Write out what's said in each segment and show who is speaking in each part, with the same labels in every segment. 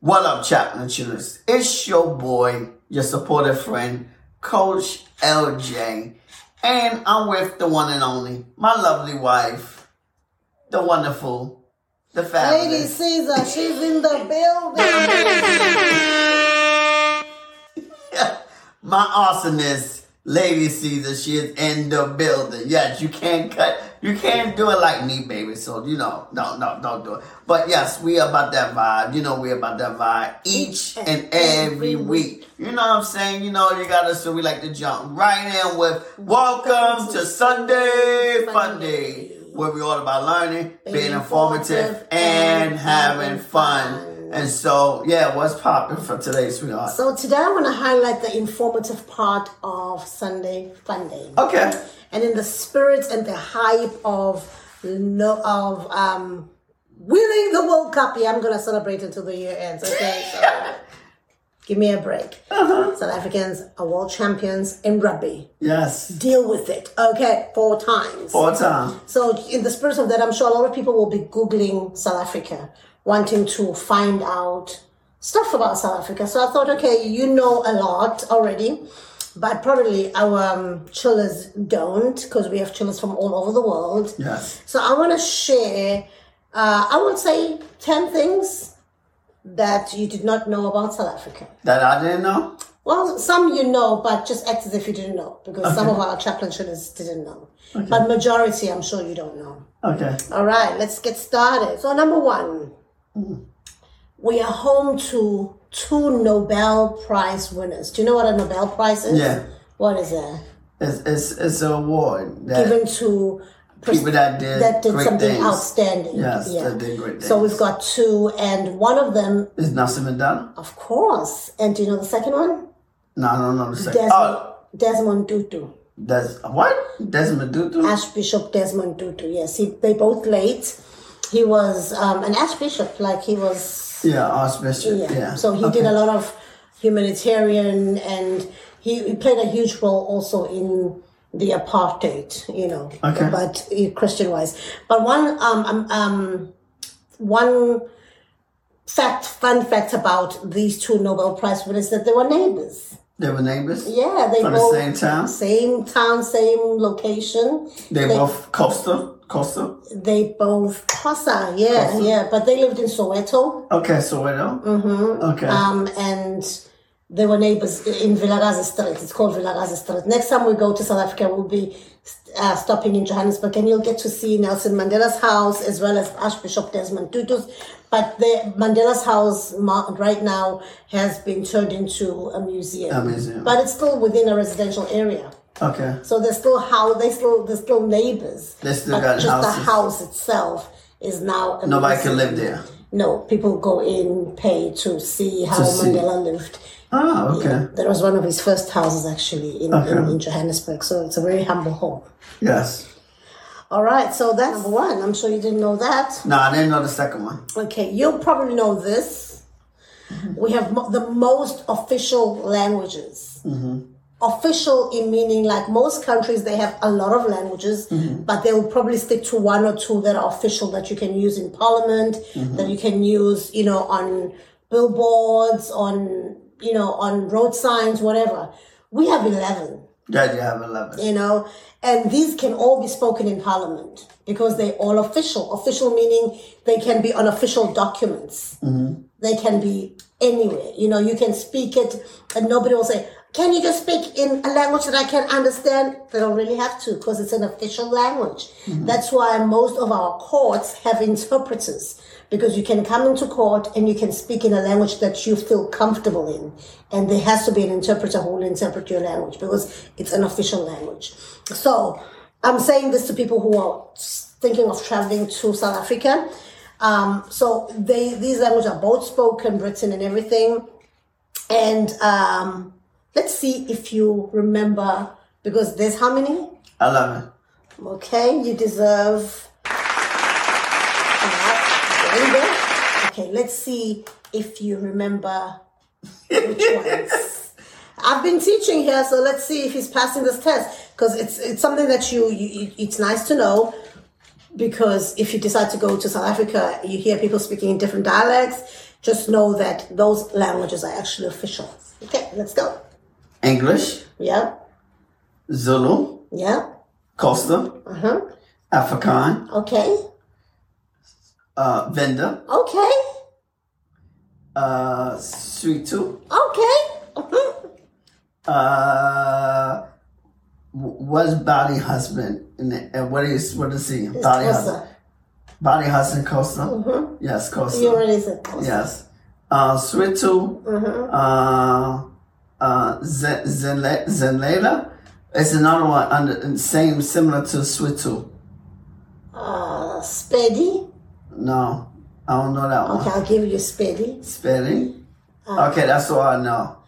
Speaker 1: What up, Chaplain Shooters? It's your boy, your supportive friend, Coach LJ. And I'm with the one and only, my lovely wife, the wonderful, the
Speaker 2: Lady
Speaker 1: fabulous.
Speaker 2: Caesar, she's in the building.
Speaker 1: My awesomeness, Lady Caesar, she is in the building. Yes, you can't cut, you can't do it like me, baby. So, you know, no, no, don't do it. But yes, we about that vibe. You know, we about that vibe each and every week. You know what I'm saying? You know, you gotta, so we like to jump right in with Welcome to Sunday Funday, where we all about learning, being informative, and having fun. And so, yeah, what's popping for today, sweetheart?
Speaker 2: So today I want to highlight the informative part of Sunday Funday.
Speaker 1: Okay.
Speaker 2: And in the spirit and the hype of no of um winning the World Cup, yeah, I'm gonna celebrate until the year ends. Okay, so give me a break. South Africans are world champions in rugby.
Speaker 1: Yes.
Speaker 2: Deal with it. Okay, four times.
Speaker 1: All time.
Speaker 2: So, in the spirit of that, I'm sure a lot of people will be Googling South Africa, wanting to find out stuff about South Africa. So, I thought, okay, you know a lot already, but probably our um, chillers don't because we have chillers from all over the world.
Speaker 1: Yes.
Speaker 2: So, I want to share, uh, I would say, 10 things that you did not know about South Africa.
Speaker 1: That I didn't know?
Speaker 2: Well, some you know, but just act as if you didn't know, because some of our chaplain childrens didn't know. But majority, I'm sure you don't know.
Speaker 1: Okay.
Speaker 2: All right, let's get started. So, number one, we are home to two Nobel Prize winners. Do you know what a Nobel Prize is?
Speaker 1: Yeah.
Speaker 2: What is that?
Speaker 1: It's it's it's an award that
Speaker 2: Given to pres-
Speaker 1: people that did,
Speaker 2: that did
Speaker 1: great
Speaker 2: something
Speaker 1: things.
Speaker 2: outstanding.
Speaker 1: Yes, that did great
Speaker 2: So
Speaker 1: things.
Speaker 2: we've got two, and one of them,
Speaker 1: Is Nelson Mandela?
Speaker 2: of course. And do you know the second one?
Speaker 1: No, I don't know the second.
Speaker 2: Desmond,
Speaker 1: Oh,
Speaker 2: Desmond Tutu.
Speaker 1: that's what? Desmond Tutu?
Speaker 2: Archbishop Desmond Tutu. Yes, he, they both late. He was um, an archbishop, like he was
Speaker 1: Yeah, Archbishop. Yeah.
Speaker 2: Yeah. So he did a lot of humanitarian, and he, he played a huge role also in the apartheid, you know,
Speaker 1: Okay.
Speaker 2: but Christian wise. But one um, um um one fact, fun fact about these two Nobel Prize winners that they were neighbors.
Speaker 1: They were neighbors.
Speaker 2: Yeah, they
Speaker 1: From the
Speaker 2: both
Speaker 1: same town.
Speaker 2: same town, same location.
Speaker 1: They both coastal. Coastal.
Speaker 2: They both Xhosa, yeah, yeah, but they lived in Soweto.
Speaker 1: Okay, so we know. Mm-hmm. Okay.
Speaker 2: um, and they were neighbors in Vilakazi Street. It's called Vilakazi Street. Next time we go to South Africa, we'll be uh, stopping in Johannesburg, and you'll get to see Nelson Mandela's house as well as Archbishop Desmond Tutu's. But the Mandela's house ma- right now has been turned into a museum,
Speaker 1: A museum.
Speaker 2: but it's still within a residential area.
Speaker 1: okay.
Speaker 2: So they're still how they still they're still neighbors.
Speaker 1: They still
Speaker 2: but
Speaker 1: got
Speaker 2: just
Speaker 1: houses.
Speaker 2: the house itself is now a
Speaker 1: Nobody can
Speaker 2: museum.
Speaker 1: live there.
Speaker 2: No, people go in, pay to see how
Speaker 1: To see.
Speaker 2: Mandela lived.
Speaker 1: Oh, okay.
Speaker 2: That was one of his first houses actually in, in,
Speaker 1: Uh-huh.
Speaker 2: in Johannesburg. So it's a very humble home.
Speaker 1: Yes.
Speaker 2: All right, so that's number one. I'm sure you didn't know that.
Speaker 1: No, I didn't know the second one.
Speaker 2: Okay, you'll probably know this. We have mo- the most official languages. Official in meaning like most countries, they have a lot of languages, but they'll probably stick to one or two that are official that you can use in parliament, that you can use, you know, on billboards, on, you know, on road signs, whatever. We have 11
Speaker 1: That you have eleven.
Speaker 2: you know and these can all be spoken in parliament because they're all official official meaning they can be on official documents they can be anywhere you know you can speak it and nobody will say can you just speak in a language that i can understand they don't really have to because it's an official language that's why most of our courts have interpreters because you can come into court and you can speak in a language that you feel comfortable in. And there has to be an interpreter who will interpret your language because it's an official language. So I'm saying this to people who are thinking of traveling to South Africa. Um, so they these languages are both spoken, written, and everything. And um, let's see if you remember because there's how many?
Speaker 1: Eleven.
Speaker 2: Okay, you deserve. Uh, there you go. Okay, let's see if you remember which ones. I've been teaching here, so let's see if he's passing this test because it's it's something that you, you, you it's nice to know because if you decide to go to South Africa, you hear people speaking in different dialects. Just know that those languages are actually official. Okay, let's go.
Speaker 1: English,
Speaker 2: Yeah,
Speaker 1: Zulu,
Speaker 2: yeah,
Speaker 1: Costa,
Speaker 2: uh huh.
Speaker 1: Afrikaan,
Speaker 2: Okay,
Speaker 1: uh, Venda,
Speaker 2: okay,
Speaker 1: uh, Suitu,
Speaker 2: okay. mhm.
Speaker 1: uh, wh- what's Body Husband? And, and what is, what is he?
Speaker 2: It's Mm-hmm.
Speaker 1: Body
Speaker 2: Xhosa.
Speaker 1: Husband. Body Husband Costa? Yes, Costa.
Speaker 2: You already said Xhosa.
Speaker 1: Yes. Uh, Switu, uh, uh, Zen- Zenle- Zenlela. It's another one under same similar to Switu.
Speaker 2: Uh, Spedi.
Speaker 1: No, I don't know that
Speaker 2: Okay,
Speaker 1: one.
Speaker 2: I'll give you Spedi.
Speaker 1: Spelling.
Speaker 2: Uh-huh.
Speaker 1: okay, that's all I know.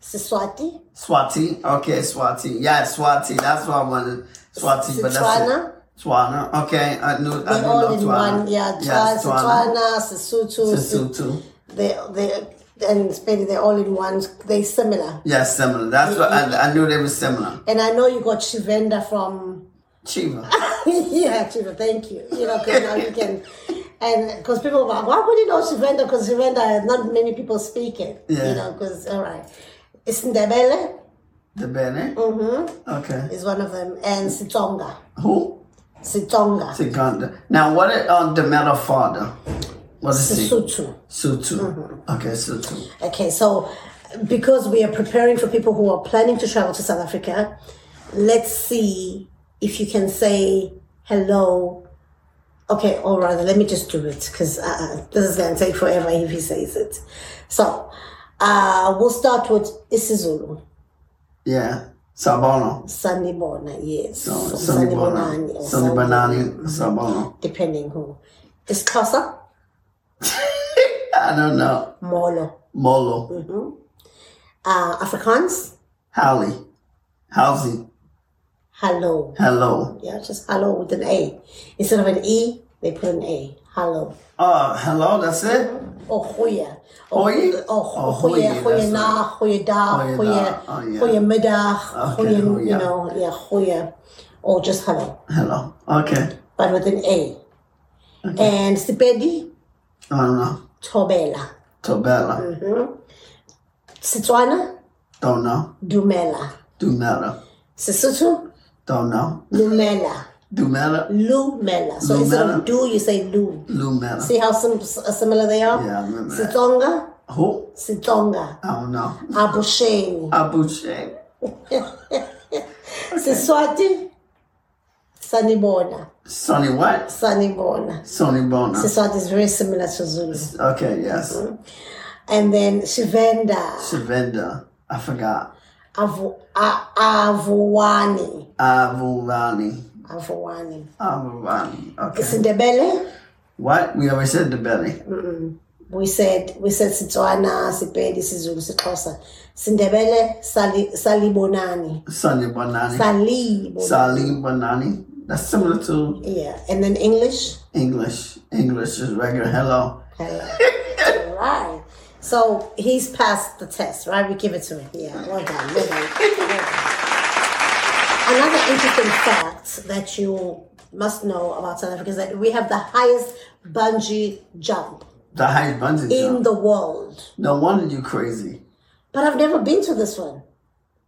Speaker 2: Siswati.
Speaker 1: Swati. Okay, Swati. Yeah, Swati. That's what I wanted. Swati, but that's it.
Speaker 2: Setswana.
Speaker 1: Tswana. Okay, I knew. I
Speaker 2: They're
Speaker 1: knew
Speaker 2: all
Speaker 1: no
Speaker 2: in
Speaker 1: Tswana.
Speaker 2: one. Yeah, Twa-
Speaker 1: Yes, Tswana.
Speaker 2: Setswana, Sesotho, Se-
Speaker 1: Sesotho.
Speaker 2: they they and Spedi. They're all in one. They're similar.
Speaker 1: Yeah, similar. That's what I, I knew. They were similar.
Speaker 2: And I know you got Chivenda from
Speaker 1: Chiva.
Speaker 2: yeah, Chiva, thank you. You know, 'cause now you can, and because people are like, why would you know Shivenda? Because Shivenda, not many people speak it.
Speaker 1: Yeah.
Speaker 2: You know, because, all right. Isindebele
Speaker 1: The Bene. Mm-hmm. Okay.
Speaker 2: is one of them, and Sitonga.
Speaker 1: Who?
Speaker 2: Sitonga.
Speaker 1: Uganda. Now, what is on the metal father? What is it?
Speaker 2: Sisutu.
Speaker 1: Sutu.
Speaker 2: Mm-hmm.
Speaker 1: Okay, Sutu.
Speaker 2: Okay, so because we are preparing for people who are planning to travel to South Africa, let's see if you can say hello. Okay, or rather, let me just do it because uh, this is going to take forever if he says it. So uh, we'll start with Isizulu,
Speaker 1: Yeah. Sabono.
Speaker 2: Sanibona, yes.
Speaker 1: So,
Speaker 2: or
Speaker 1: Sonny
Speaker 2: Sanibonani
Speaker 1: Bonani.
Speaker 2: or
Speaker 1: Sonny
Speaker 2: Sani-
Speaker 1: Bonani. Sabono.
Speaker 2: Depending who. Isxhosa,
Speaker 1: I don't know.
Speaker 2: Molo.
Speaker 1: Molo.
Speaker 2: Uh, Afrikaans,
Speaker 1: Howley. Housey.
Speaker 2: hello.
Speaker 1: Hello.
Speaker 2: Yeah, just hello with an A. Instead of an E, they put an A. Hello.
Speaker 1: Oh, hello, that's it?
Speaker 2: Or hoya.
Speaker 1: Goeie? Oh,
Speaker 2: Oh,
Speaker 1: goeie,
Speaker 2: hoya,
Speaker 1: that's
Speaker 2: hoya na, hoya da,
Speaker 1: Goeiedag,
Speaker 2: hoya,
Speaker 1: oh, yeah.
Speaker 2: hoya middag,
Speaker 1: Okay,
Speaker 2: hoya,
Speaker 1: goeie.
Speaker 2: you know, yeah, hoya. Or just hello,
Speaker 1: Hello. Okay.
Speaker 2: but with an A. And Sipedi,
Speaker 1: I don't know.
Speaker 2: Tobela.
Speaker 1: Tobella.
Speaker 2: Setswana,
Speaker 1: Don't know.
Speaker 2: Dumela.
Speaker 1: Dumela.
Speaker 2: Sesotho,
Speaker 1: Don't know.
Speaker 2: Lumela.
Speaker 1: Dumela.
Speaker 2: Lumela. So instead
Speaker 1: Lumela.
Speaker 2: of do, you say lu.
Speaker 1: Lumela.
Speaker 2: See how sim- uh, similar they are?
Speaker 1: Yeah, I remember that.
Speaker 2: Sitsonga,
Speaker 1: Who?
Speaker 2: Sitsonga.
Speaker 1: I don't know.
Speaker 2: Abusheni.
Speaker 1: Abuche.
Speaker 2: Siswati sanibona
Speaker 1: Sonny what?
Speaker 2: sanibona
Speaker 1: Sonny Bona.
Speaker 2: Siswati is very similar to Zulu
Speaker 1: Okay, yes.
Speaker 2: and then Shivenda
Speaker 1: Savenda. I forgot.
Speaker 2: Avu, A- Avuwani
Speaker 1: Avulani.
Speaker 2: Avuwani
Speaker 1: Avulani. Okay.
Speaker 2: Sindebele
Speaker 1: What? We already said the belly.
Speaker 2: we said we said Setswana Sipedi Sizulu Sixhosa Sindebele sali, salibonani
Speaker 1: Sunday Banani.
Speaker 2: salibonani
Speaker 1: Salim Banani. That's similar to
Speaker 2: yeah and then English
Speaker 1: English. English is regular hello.
Speaker 2: All right. So he's passed the test, right? We give it to him. Yeah, well done, well done. well done. Another interesting fact that you must know about South Africa is that we have the highest bungee jump
Speaker 1: The highest bungee
Speaker 2: in
Speaker 1: jump.
Speaker 2: the world.
Speaker 1: No wonder you crazy.
Speaker 2: But I've never been to this one.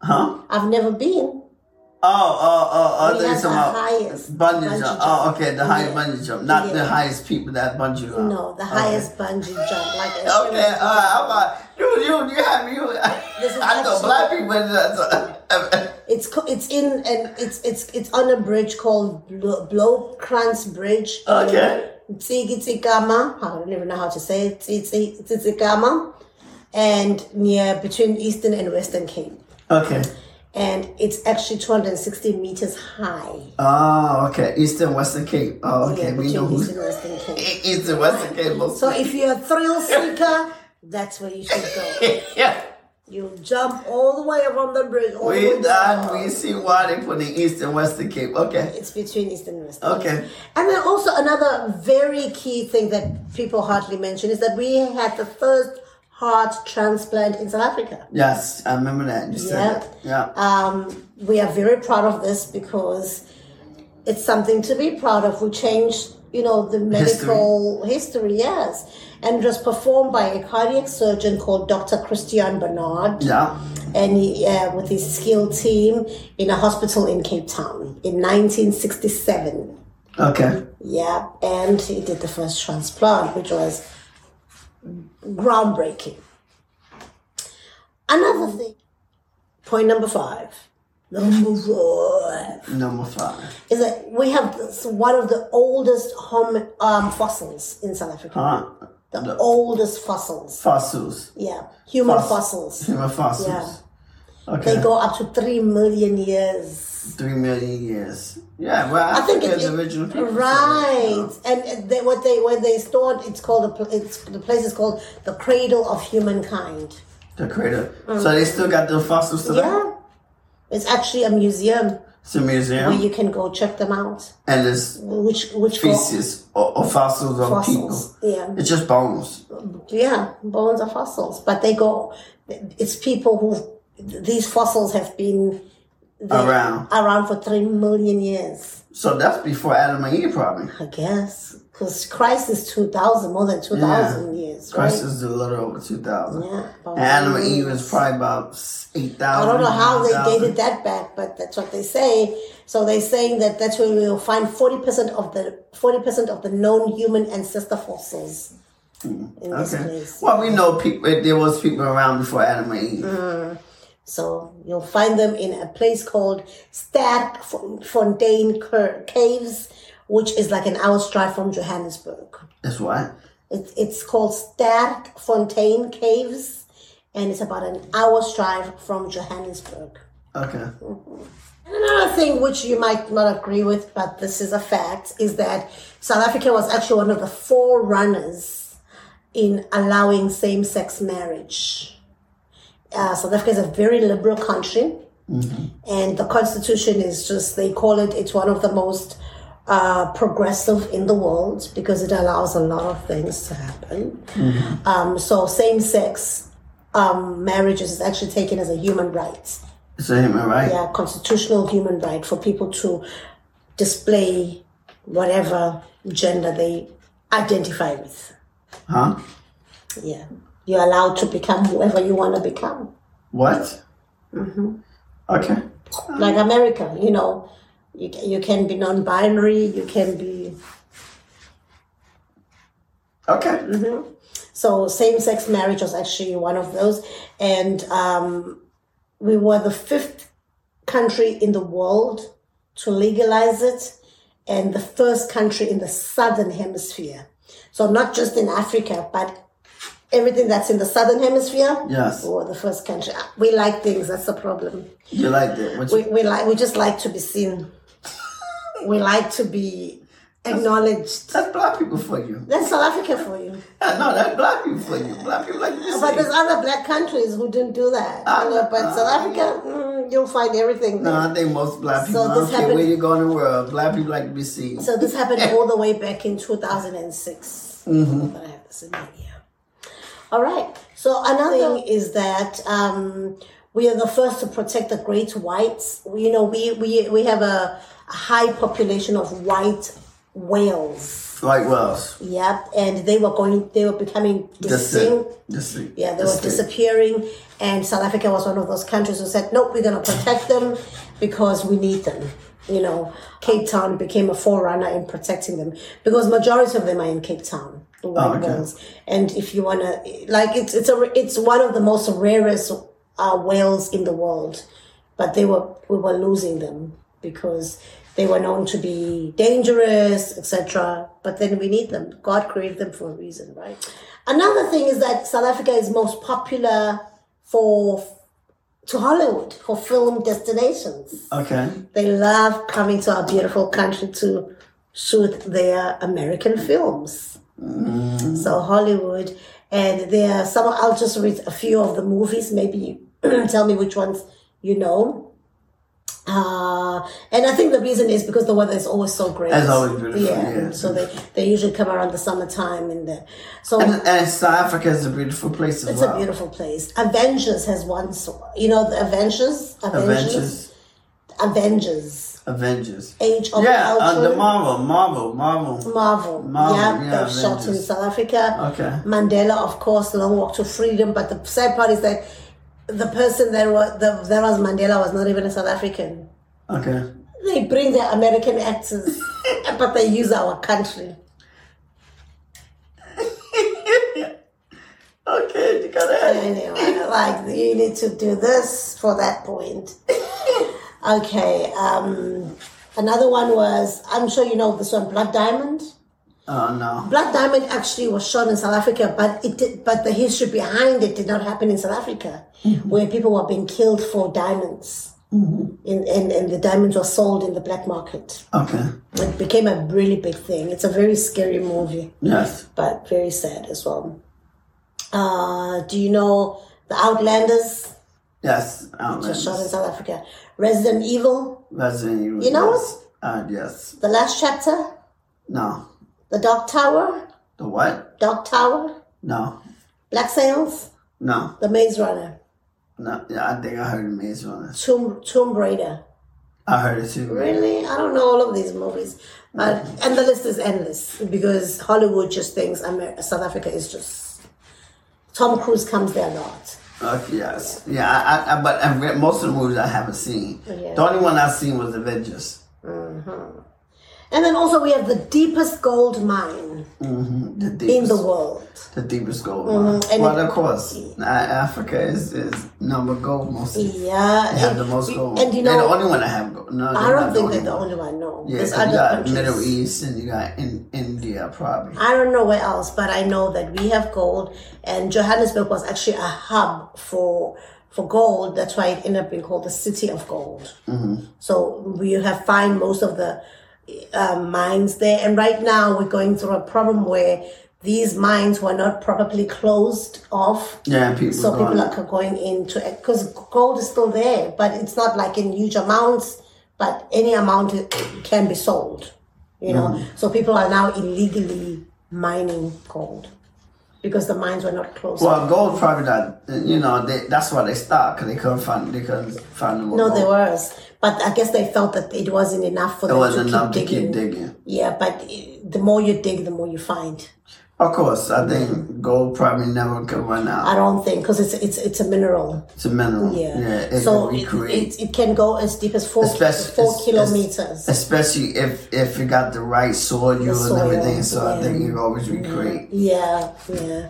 Speaker 1: Huh?
Speaker 2: I've never been.
Speaker 1: Oh, oh, oh, oh.
Speaker 2: We
Speaker 1: They're
Speaker 2: have the
Speaker 1: talking about bungee,
Speaker 2: highest bungee
Speaker 1: jump.
Speaker 2: jump.
Speaker 1: Oh, okay. The highest
Speaker 2: Yeah.
Speaker 1: bungee jump. Not the
Speaker 2: Yeah.
Speaker 1: highest people that bungee jump.
Speaker 2: No, the highest bungee jump. Like
Speaker 1: Okay, all right. I'm like, you, you, you have you.
Speaker 2: This is
Speaker 1: I know
Speaker 2: actually-
Speaker 1: black people. That's a,
Speaker 2: It's co- it's in and it's it's it's on a bridge called Blo- Blokranz Bridge.
Speaker 1: Okay.
Speaker 2: Tsigitsigama. I don't even know how to say it. Tsitsi- Tsitsigama, and near between Eastern and Western Cape,
Speaker 1: okay.
Speaker 2: and it's actually 260 meters high.
Speaker 1: Oh, okay. Eastern Western Cape. Oh, okay.
Speaker 2: Yeah,
Speaker 1: we know
Speaker 2: between
Speaker 1: who's
Speaker 2: Eastern and Western Cape.
Speaker 1: Eastern Western Cape. Most
Speaker 2: So if you're a thrill seeker, that's where you should go.
Speaker 1: yeah.
Speaker 2: You jump all the way up on the bridge. All the
Speaker 1: We
Speaker 2: way down.
Speaker 1: done. We see why they put the Eastern Western Cape. Okay.
Speaker 2: It's between East and West.
Speaker 1: Okay.
Speaker 2: And then also another very key thing that people hardly mention is that we had the first heart transplant in South Africa.
Speaker 1: Yes, I remember that. You said
Speaker 2: Yeah.
Speaker 1: that. Yeah.
Speaker 2: Um, we are very proud of this because it's something to be proud of. We changed you know, the medical history, yes. And it was performed by a cardiac surgeon called Dr. Christian Bernard
Speaker 1: Yeah.
Speaker 2: and he, uh, with his skilled team in a hospital in Cape Town in 1967.
Speaker 1: Okay.
Speaker 2: Yeah, and he did the first transplant, which was groundbreaking. Another thing, point number five, number five,
Speaker 1: Number five.
Speaker 2: is that we have this, one of the oldest home um, fossils in South Africa.
Speaker 1: Huh?
Speaker 2: The,
Speaker 1: Ah, the-
Speaker 2: oldest fossils,
Speaker 1: uh, Fossils.
Speaker 2: yeah, human
Speaker 1: Fos-
Speaker 2: fossils.
Speaker 1: Human fossils. Okay.
Speaker 2: They go up to three million years.
Speaker 1: Three million years. Yeah, well, I,
Speaker 2: I think
Speaker 1: it's
Speaker 2: it,
Speaker 1: the original
Speaker 2: it-
Speaker 1: people. said it, you
Speaker 2: right,
Speaker 1: know.
Speaker 2: and and they, what they when they stored, it's called a, pl- it's the place is called the cradle of humankind.
Speaker 1: The creator. So they still got the fossils today?
Speaker 2: Yeah, it's actually a museum
Speaker 1: It's a museum.
Speaker 2: where you can go check them out.
Speaker 1: and it's
Speaker 2: Which which go-
Speaker 1: feces or, or fossils of
Speaker 2: fossils?
Speaker 1: people.
Speaker 2: Yeah,
Speaker 1: It's just bones.
Speaker 2: yeah, bones are fossils, but they go. It's people who these fossils have been there-
Speaker 1: Around.
Speaker 2: around for three million years,
Speaker 1: So that's before Adam and Eve, probably.
Speaker 2: I guess. Because Christ is two thousand, more than two thousand years, right?
Speaker 1: Christ is a little over 2,000.
Speaker 2: Yeah, about
Speaker 1: And Adam and Eve
Speaker 2: 1,000.
Speaker 1: is probably about 8,000.
Speaker 2: I don't know how they
Speaker 1: 9,000.
Speaker 2: dated that back, but that's what they say. So they're saying that that's where we'll find forty percent of the forty percent of the known human ancestor fossils in this
Speaker 1: Hmm. Okay.
Speaker 2: place. Mm-hmm.
Speaker 1: Well, we know people. there was people around before Adam and Eve.
Speaker 2: So you'll find them in a place called Sterkfontein Cur- Caves, which is like an hour's drive from Johannesburg.
Speaker 1: That's why.
Speaker 2: It, it's called Sterkfontein Caves, and it's about an hour's drive from Johannesburg.
Speaker 1: Okay.
Speaker 2: Another thing which you might not agree with, but this is a fact, is that South Africa was actually one of the forerunners in allowing same sex marriage. Uh, South Africa is a very liberal country, and the constitution is just, they call it, it's one of the most uh, progressive in the world because it allows a lot of things to happen. Um, so, same sex um, marriages is actually taken as a human right
Speaker 1: It's a human right.
Speaker 2: a constitutional human right for people to display whatever gender they identify with.
Speaker 1: Huh?
Speaker 2: Yeah. You're allowed to become whoever you want to become.
Speaker 1: What?
Speaker 2: Mm-hmm.
Speaker 1: Okay.
Speaker 2: Like America, you know, you, ca- you can be non binary, you can be.
Speaker 1: Okay.
Speaker 2: Mm-hmm. So, same sex marriage was actually one of those. And um, we were the fifth country in the world to legalize it and the first country in the southern hemisphere. So, not just in Africa, but everything that's in the southern hemisphere.
Speaker 1: Yes.
Speaker 2: We were the first country. We like things, that's the problem.
Speaker 1: You liked it. What you-
Speaker 2: We, we, like, we just like to be seen, we like to be acknowledged.
Speaker 1: that's black people for you.
Speaker 2: That's South Africa for you.
Speaker 1: Yeah, no, that's black people for you. Black people like this.
Speaker 2: But there's other black countries who didn't do that. you know, but South Africa, mm, you'll find everything.
Speaker 1: No,
Speaker 2: there.
Speaker 1: I think most black people,
Speaker 2: So
Speaker 1: I
Speaker 2: this
Speaker 1: don't care where
Speaker 2: happened-
Speaker 1: you go in the world, black people like to be seen.
Speaker 2: So this happened all the way back in 2006. But I have this in my ear. All right. So another thing is that um, we are the first to protect the great whites. We- You know, we we, we have a high population of white whales.
Speaker 1: like Wells.
Speaker 2: Yep, and they were going. They were becoming
Speaker 1: That's it.
Speaker 2: distinct.
Speaker 1: That's it.
Speaker 2: Yeah, they were
Speaker 1: That's it.
Speaker 2: disappearing, and South Africa was one of those countries who said, "Nope, we're going to protect them because we need them." You know, Cape Town became a forerunner in protecting them because majority of them are in Cape Town, the white
Speaker 1: Oh, okay.
Speaker 2: whales. And if you wanna, like, it's it's a it's one of the most rarest uh, whales in the world, but they were we were losing them because they were known to be dangerous, etc. But then we need them. God created them for a reason, right? Another thing is that South Africa is most popular for to Hollywood for film destinations.
Speaker 1: Okay.
Speaker 2: They love coming to our beautiful country to shoot their American films.
Speaker 1: Mm.
Speaker 2: So Hollywood, and there are some. I'll just read a few of the movies. Maybe you tell me which ones you know. Uh, and I think the reason is because the weather is always so great.
Speaker 1: It's always beautiful, yeah.
Speaker 2: So they, they usually come around the summertime and the so
Speaker 1: And, and South Africa is a beautiful place as
Speaker 2: Oh. it's
Speaker 1: well.
Speaker 2: a beautiful place. Avengers has one. so- You know the Avengers. Avengers.
Speaker 1: Adventures.
Speaker 2: Avengers.
Speaker 1: Avengers.
Speaker 2: Age of
Speaker 1: yeah, uh, the
Speaker 2: Ultron.
Speaker 1: Marvel, Marvel, Marvel.
Speaker 2: Marvel.
Speaker 1: Marvel,
Speaker 2: yeah,
Speaker 1: yeah,
Speaker 2: they've shot in
Speaker 1: Avengers.
Speaker 2: South Africa.
Speaker 1: Okay.
Speaker 2: Mandela, of course, Long Walk to Freedom. But the sad part is that the person that was the, that was Mandela was not even a South African.
Speaker 1: Okay.
Speaker 2: They bring their American actors, but they use our country.
Speaker 1: Okay, you got it.
Speaker 2: Anyway, like you need to do this for that point. Okay. Um, another one was I'm sure you know this one, Black Diamond.
Speaker 1: Oh no.
Speaker 2: Black Diamond actually was shot in South Africa, but it did, but the history behind it did not happen in South Africa, where people were being killed for diamonds, and, and and the diamonds were sold in the black market.
Speaker 1: Okay.
Speaker 2: It became a really big thing. It's a very scary movie,
Speaker 1: Yes.
Speaker 2: but very sad as well. Uh, do you know the Outlanders?
Speaker 1: Yes.
Speaker 2: Just shot in
Speaker 1: Outlandish.
Speaker 2: South Africa. Resident Evil,
Speaker 1: Resident Evil.
Speaker 2: You know
Speaker 1: yes. Uh, yes.
Speaker 2: the last chapter,
Speaker 1: No.
Speaker 2: the Dark Tower,
Speaker 1: The what?
Speaker 2: Dark Tower,
Speaker 1: No.
Speaker 2: Black Sails,
Speaker 1: No.
Speaker 2: the Maze Runner,
Speaker 1: No. Yeah, I think I heard Maze Runner.
Speaker 2: Tomb Tomb Raider.
Speaker 1: I heard it too.
Speaker 2: Really? I don't know all of these movies. But and the list is endless because Hollywood just thinks Amer- South Africa is just Tom Cruise comes there a lot.
Speaker 1: Okay, yes. Yeah, I, I, I, but I've read most of the movies I haven't seen.
Speaker 2: Yeah.
Speaker 1: The only one I've seen was Avengers.
Speaker 2: And then also we have the deepest gold mine
Speaker 1: hmm The
Speaker 2: in
Speaker 1: deepest,
Speaker 2: the
Speaker 1: the,
Speaker 2: world.
Speaker 1: deepest gold
Speaker 2: Mhm,
Speaker 1: mine.
Speaker 2: and
Speaker 1: Well,
Speaker 2: it-
Speaker 1: of course, A- Africa is, is number gold mostly.
Speaker 2: Yeah.
Speaker 1: They have
Speaker 2: and-
Speaker 1: the most gold.
Speaker 2: Mm-hmm. And you
Speaker 1: they're the
Speaker 2: know,
Speaker 1: only one that have gold. No,
Speaker 2: I
Speaker 1: they're
Speaker 2: don't
Speaker 1: not
Speaker 2: think they're the
Speaker 1: one.
Speaker 2: only one. No,
Speaker 1: Yeah,
Speaker 2: there's
Speaker 1: 'cause you
Speaker 2: other
Speaker 1: got
Speaker 2: countries.
Speaker 1: Middle East and you got in, India probably.
Speaker 2: I don't know where else, but I know that we have gold, and Johannesburg was actually a hub for for gold. That's why it ended up being called the City of Gold. So we have found most of the uh, mines there, and right now we're going through a problem where these mines were not properly closed off.
Speaker 1: Yeah, people.
Speaker 2: So
Speaker 1: going,
Speaker 2: people are going into it because gold is still there, but it's not like in huge amounts. But any amount it can be sold, you know.
Speaker 1: Mm.
Speaker 2: So people are now illegally mining gold because the mines were not closed.
Speaker 1: well, gold probably not. You know, they, that's why they stopped 'cause they couldn't find they couldn't find them.
Speaker 2: no, they were, but I guess they felt that it wasn't enough for
Speaker 1: It
Speaker 2: them
Speaker 1: wasn't
Speaker 2: to keep
Speaker 1: enough to
Speaker 2: digging.
Speaker 1: keep digging.
Speaker 2: Yeah, but eh, the more you dig, the more you find.
Speaker 1: Of course, I think gold probably never could run out.
Speaker 2: I don't think because it's it's it's a mineral.
Speaker 1: It's a mineral.
Speaker 2: Yeah.
Speaker 1: it
Speaker 2: so
Speaker 1: can
Speaker 2: it,
Speaker 1: recreate.
Speaker 2: it, it can go as deep as four
Speaker 1: Especially-
Speaker 2: four
Speaker 1: es- es-
Speaker 2: kilometers.
Speaker 1: Especially if if you got the right soil, you and
Speaker 2: soil,
Speaker 1: everything. So I
Speaker 2: yeah.
Speaker 1: think you can always recreate.
Speaker 2: Yeah, yeah.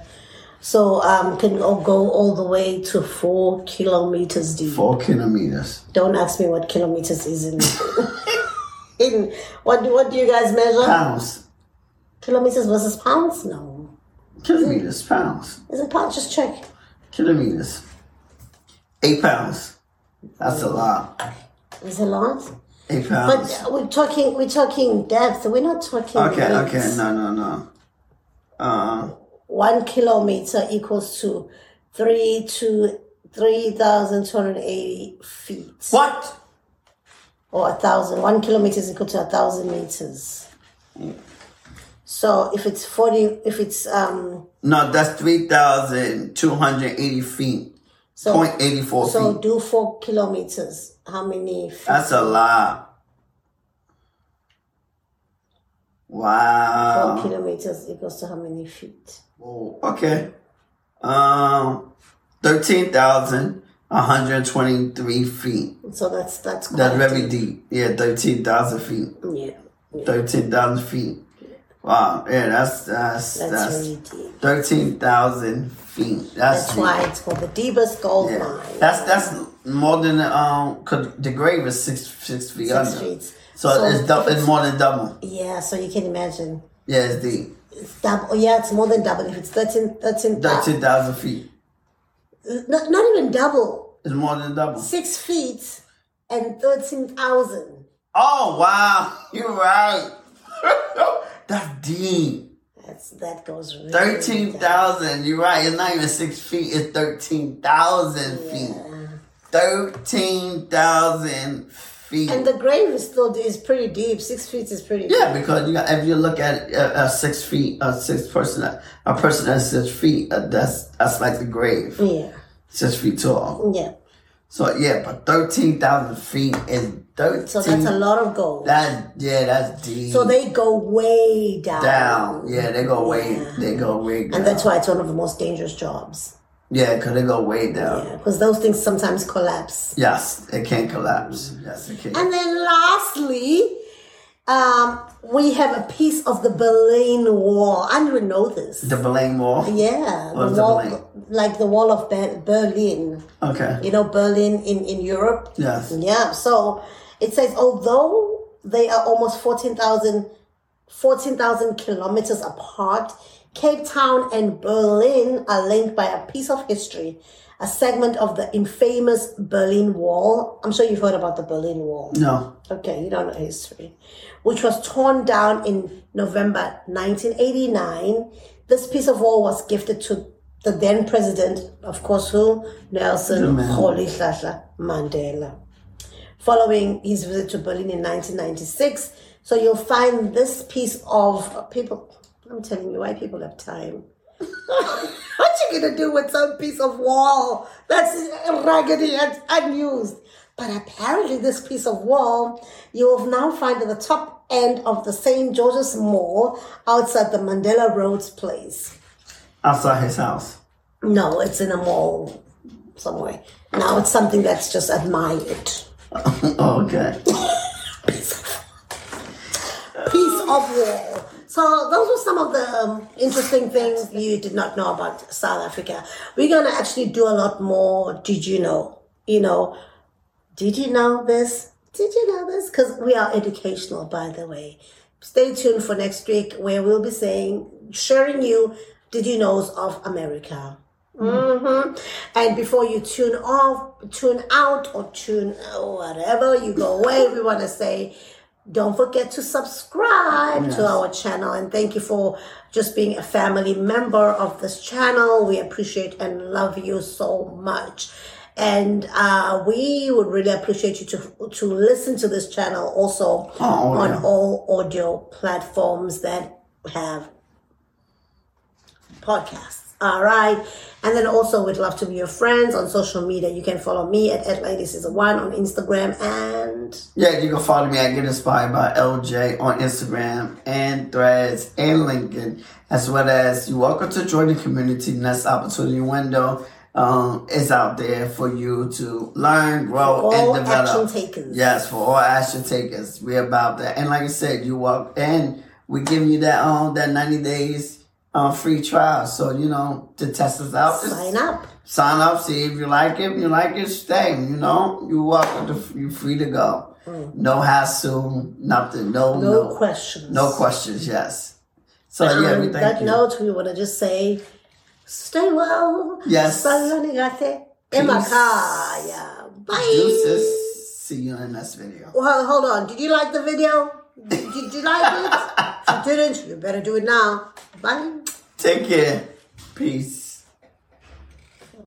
Speaker 2: So um, can all go all the way to four kilometers deep.
Speaker 1: Four kilometers.
Speaker 2: Don't ask me what kilometers is in. in what do what do you guys measure?
Speaker 1: Pounds.
Speaker 2: Kilometers versus pounds? No,
Speaker 1: Kilometers. Pounds.
Speaker 2: is it pounds? Just check.
Speaker 1: Kilometers. Eight pounds. That's a lot.
Speaker 2: Is it lot?
Speaker 1: Eight
Speaker 2: But uh,
Speaker 1: pounds.
Speaker 2: we're talking we're talking depth. We're not talking.
Speaker 1: okay,
Speaker 2: width.
Speaker 1: okay. No, no, no. Uh,
Speaker 2: One kilometer equals to three to three thousand two hundred eighty feet.
Speaker 1: what?
Speaker 2: or a thousand. One kilometer is equal to a thousand meters. So if it's forty, if it's um,
Speaker 1: No, that's 3,280 feet.
Speaker 2: so
Speaker 1: Point eighty four
Speaker 2: so
Speaker 1: feet.
Speaker 2: do four kilometers. How many? Feet?
Speaker 1: That's a lot.
Speaker 2: Four
Speaker 1: Wow.
Speaker 2: kilometers equals to how many feet?
Speaker 1: Whoa, Okay. Um, thirteen thousand one hundred twenty three feet.
Speaker 2: So that's that's quite
Speaker 1: That's very deep. Yeah, thirteen thousand feet.
Speaker 2: Yeah, yeah,
Speaker 1: Thirteen thousand feet. Wow. Yeah, that's that's
Speaker 2: that's,
Speaker 1: that's,
Speaker 2: really deep.
Speaker 1: thirteen thousand feet. That's,
Speaker 2: That's
Speaker 1: deep.
Speaker 2: why it's called the deepest gold
Speaker 1: Yeah.
Speaker 2: mine.
Speaker 1: That's that's more than um. Cause the grave is six six feet
Speaker 2: Six
Speaker 1: under.
Speaker 2: feet.
Speaker 1: So,
Speaker 2: So
Speaker 1: it's dou-
Speaker 2: if
Speaker 1: It's more than double.
Speaker 2: yeah. So you can imagine.
Speaker 1: Yeah, it's deep.
Speaker 2: It's double. Yeah, it's more than double. If it's 13, 13,
Speaker 1: Thirteen thousand feet.
Speaker 2: uh, not, not even double.
Speaker 1: It's more than double.
Speaker 2: six feet and 13,000.
Speaker 1: Oh wow, you're right. That's deep.
Speaker 2: That's that goes really
Speaker 1: Thirteen
Speaker 2: down.
Speaker 1: thousand. You're right. It's not even six feet. It's thirteen thousand feet. Thirteen thousand feet.
Speaker 2: And the grave is still is pretty deep. Six feet is pretty deep.
Speaker 1: yeah, because you got, if you look at a, a six feet, a six person, a person that's six feet, uh, that's that's like the grave,
Speaker 2: Yeah.
Speaker 1: six feet tall.
Speaker 2: Yeah.
Speaker 1: So yeah, but thirteen thousand feet is thirteen.
Speaker 2: So that's a lot of gold.
Speaker 1: That's yeah, that's deep.
Speaker 2: so they go way down.
Speaker 1: down. Yeah, they go way. They go way. Down.
Speaker 2: And that's why it's one of the most dangerous jobs.
Speaker 1: Yeah, cause they go way down.
Speaker 2: Because those things sometimes collapse.
Speaker 1: Yes, it can't collapse. Yes, it can.
Speaker 2: And then lastly, um, we have a piece of the Berlin Wall. I didn't even know this.
Speaker 1: the Berlin Wall.
Speaker 2: yeah,
Speaker 1: What is the
Speaker 2: the wall,
Speaker 1: Berlin?
Speaker 2: like the wall of Ber- Berlin.
Speaker 1: Okay.
Speaker 2: You know, Berlin in, in Europe.
Speaker 1: Yes.
Speaker 2: Yeah, so it says although they are almost 14,000 14,000 kilometers apart, Cape Town and Berlin are linked by a piece of history, a segment of the infamous Berlin Wall. I'm sure you've heard about the Berlin Wall.
Speaker 1: No.
Speaker 2: Okay, you don't know history. Which was torn down in November 1989. This piece of wall was gifted to the then president, of course, who? Nelson Rolihlahla Mandela. Following his visit to Berlin in 1996. So you'll find this piece of people. I'm telling you, why people have time. What you gonna do with some piece of wall that's raggedy and unused? But apparently, this piece of wall you will now find at the top end of the St. George's Mall outside the Mandela Roads place.
Speaker 1: Outside his house.
Speaker 2: No, it's in a mall somewhere. Now it's something that's just admired.
Speaker 1: okay.
Speaker 2: Piece of wall. So those were some of the um, interesting things you did not know about South Africa. We're gonna actually do a lot more. Did you know? You know, did you know this? Did you know this? Because we are educational, by the way. Stay tuned for next week where we'll be saying, sharing you did you knows of America. hmm And before you tune off, tune out, or tune or whatever you go away, we want to say, don't forget to subscribe to our channel and thank you for just being a family member of this channel. We appreciate and love you so much. And uh, we would really appreciate you to to listen to this channel also
Speaker 1: Oh,
Speaker 2: on
Speaker 1: yeah.
Speaker 2: all audio platforms that have podcasts. All right. And then also, we'd love to be your friends on social media. You can follow me at, at Ladies is One on Instagram and
Speaker 1: Yeah, you can follow me at Get Inspired by LJ on Instagram and Threads and LinkedIn, as well as you're welcome to join the community. Next opportunity window um, is out there for you to learn, grow,
Speaker 2: For all
Speaker 1: Oh, and develop.
Speaker 2: action takers.
Speaker 1: Yes, for all action takers, we're about that. And like I said, you walk and we give you that um that 90 days um, free trial. So you know to test us out. It's-
Speaker 2: sign up.
Speaker 1: sign up, see if you like it. If you like it, stay. You know, you welcome to, you free to go. No hassle, nothing, no,
Speaker 2: Mm. No
Speaker 1: no,
Speaker 2: questions.
Speaker 1: no questions. Yes. So
Speaker 2: On
Speaker 1: yeah, we
Speaker 2: that
Speaker 1: thank you.
Speaker 2: note, we want to just say, stay well.
Speaker 1: Yes.
Speaker 2: Salonigate emakaya. Bye.
Speaker 1: Deuces. See you in the next video.
Speaker 2: Well, hold on. Did you like the video? Did, did you like it? if you didn't, you better do it now. Bye.
Speaker 1: Take care. Peace.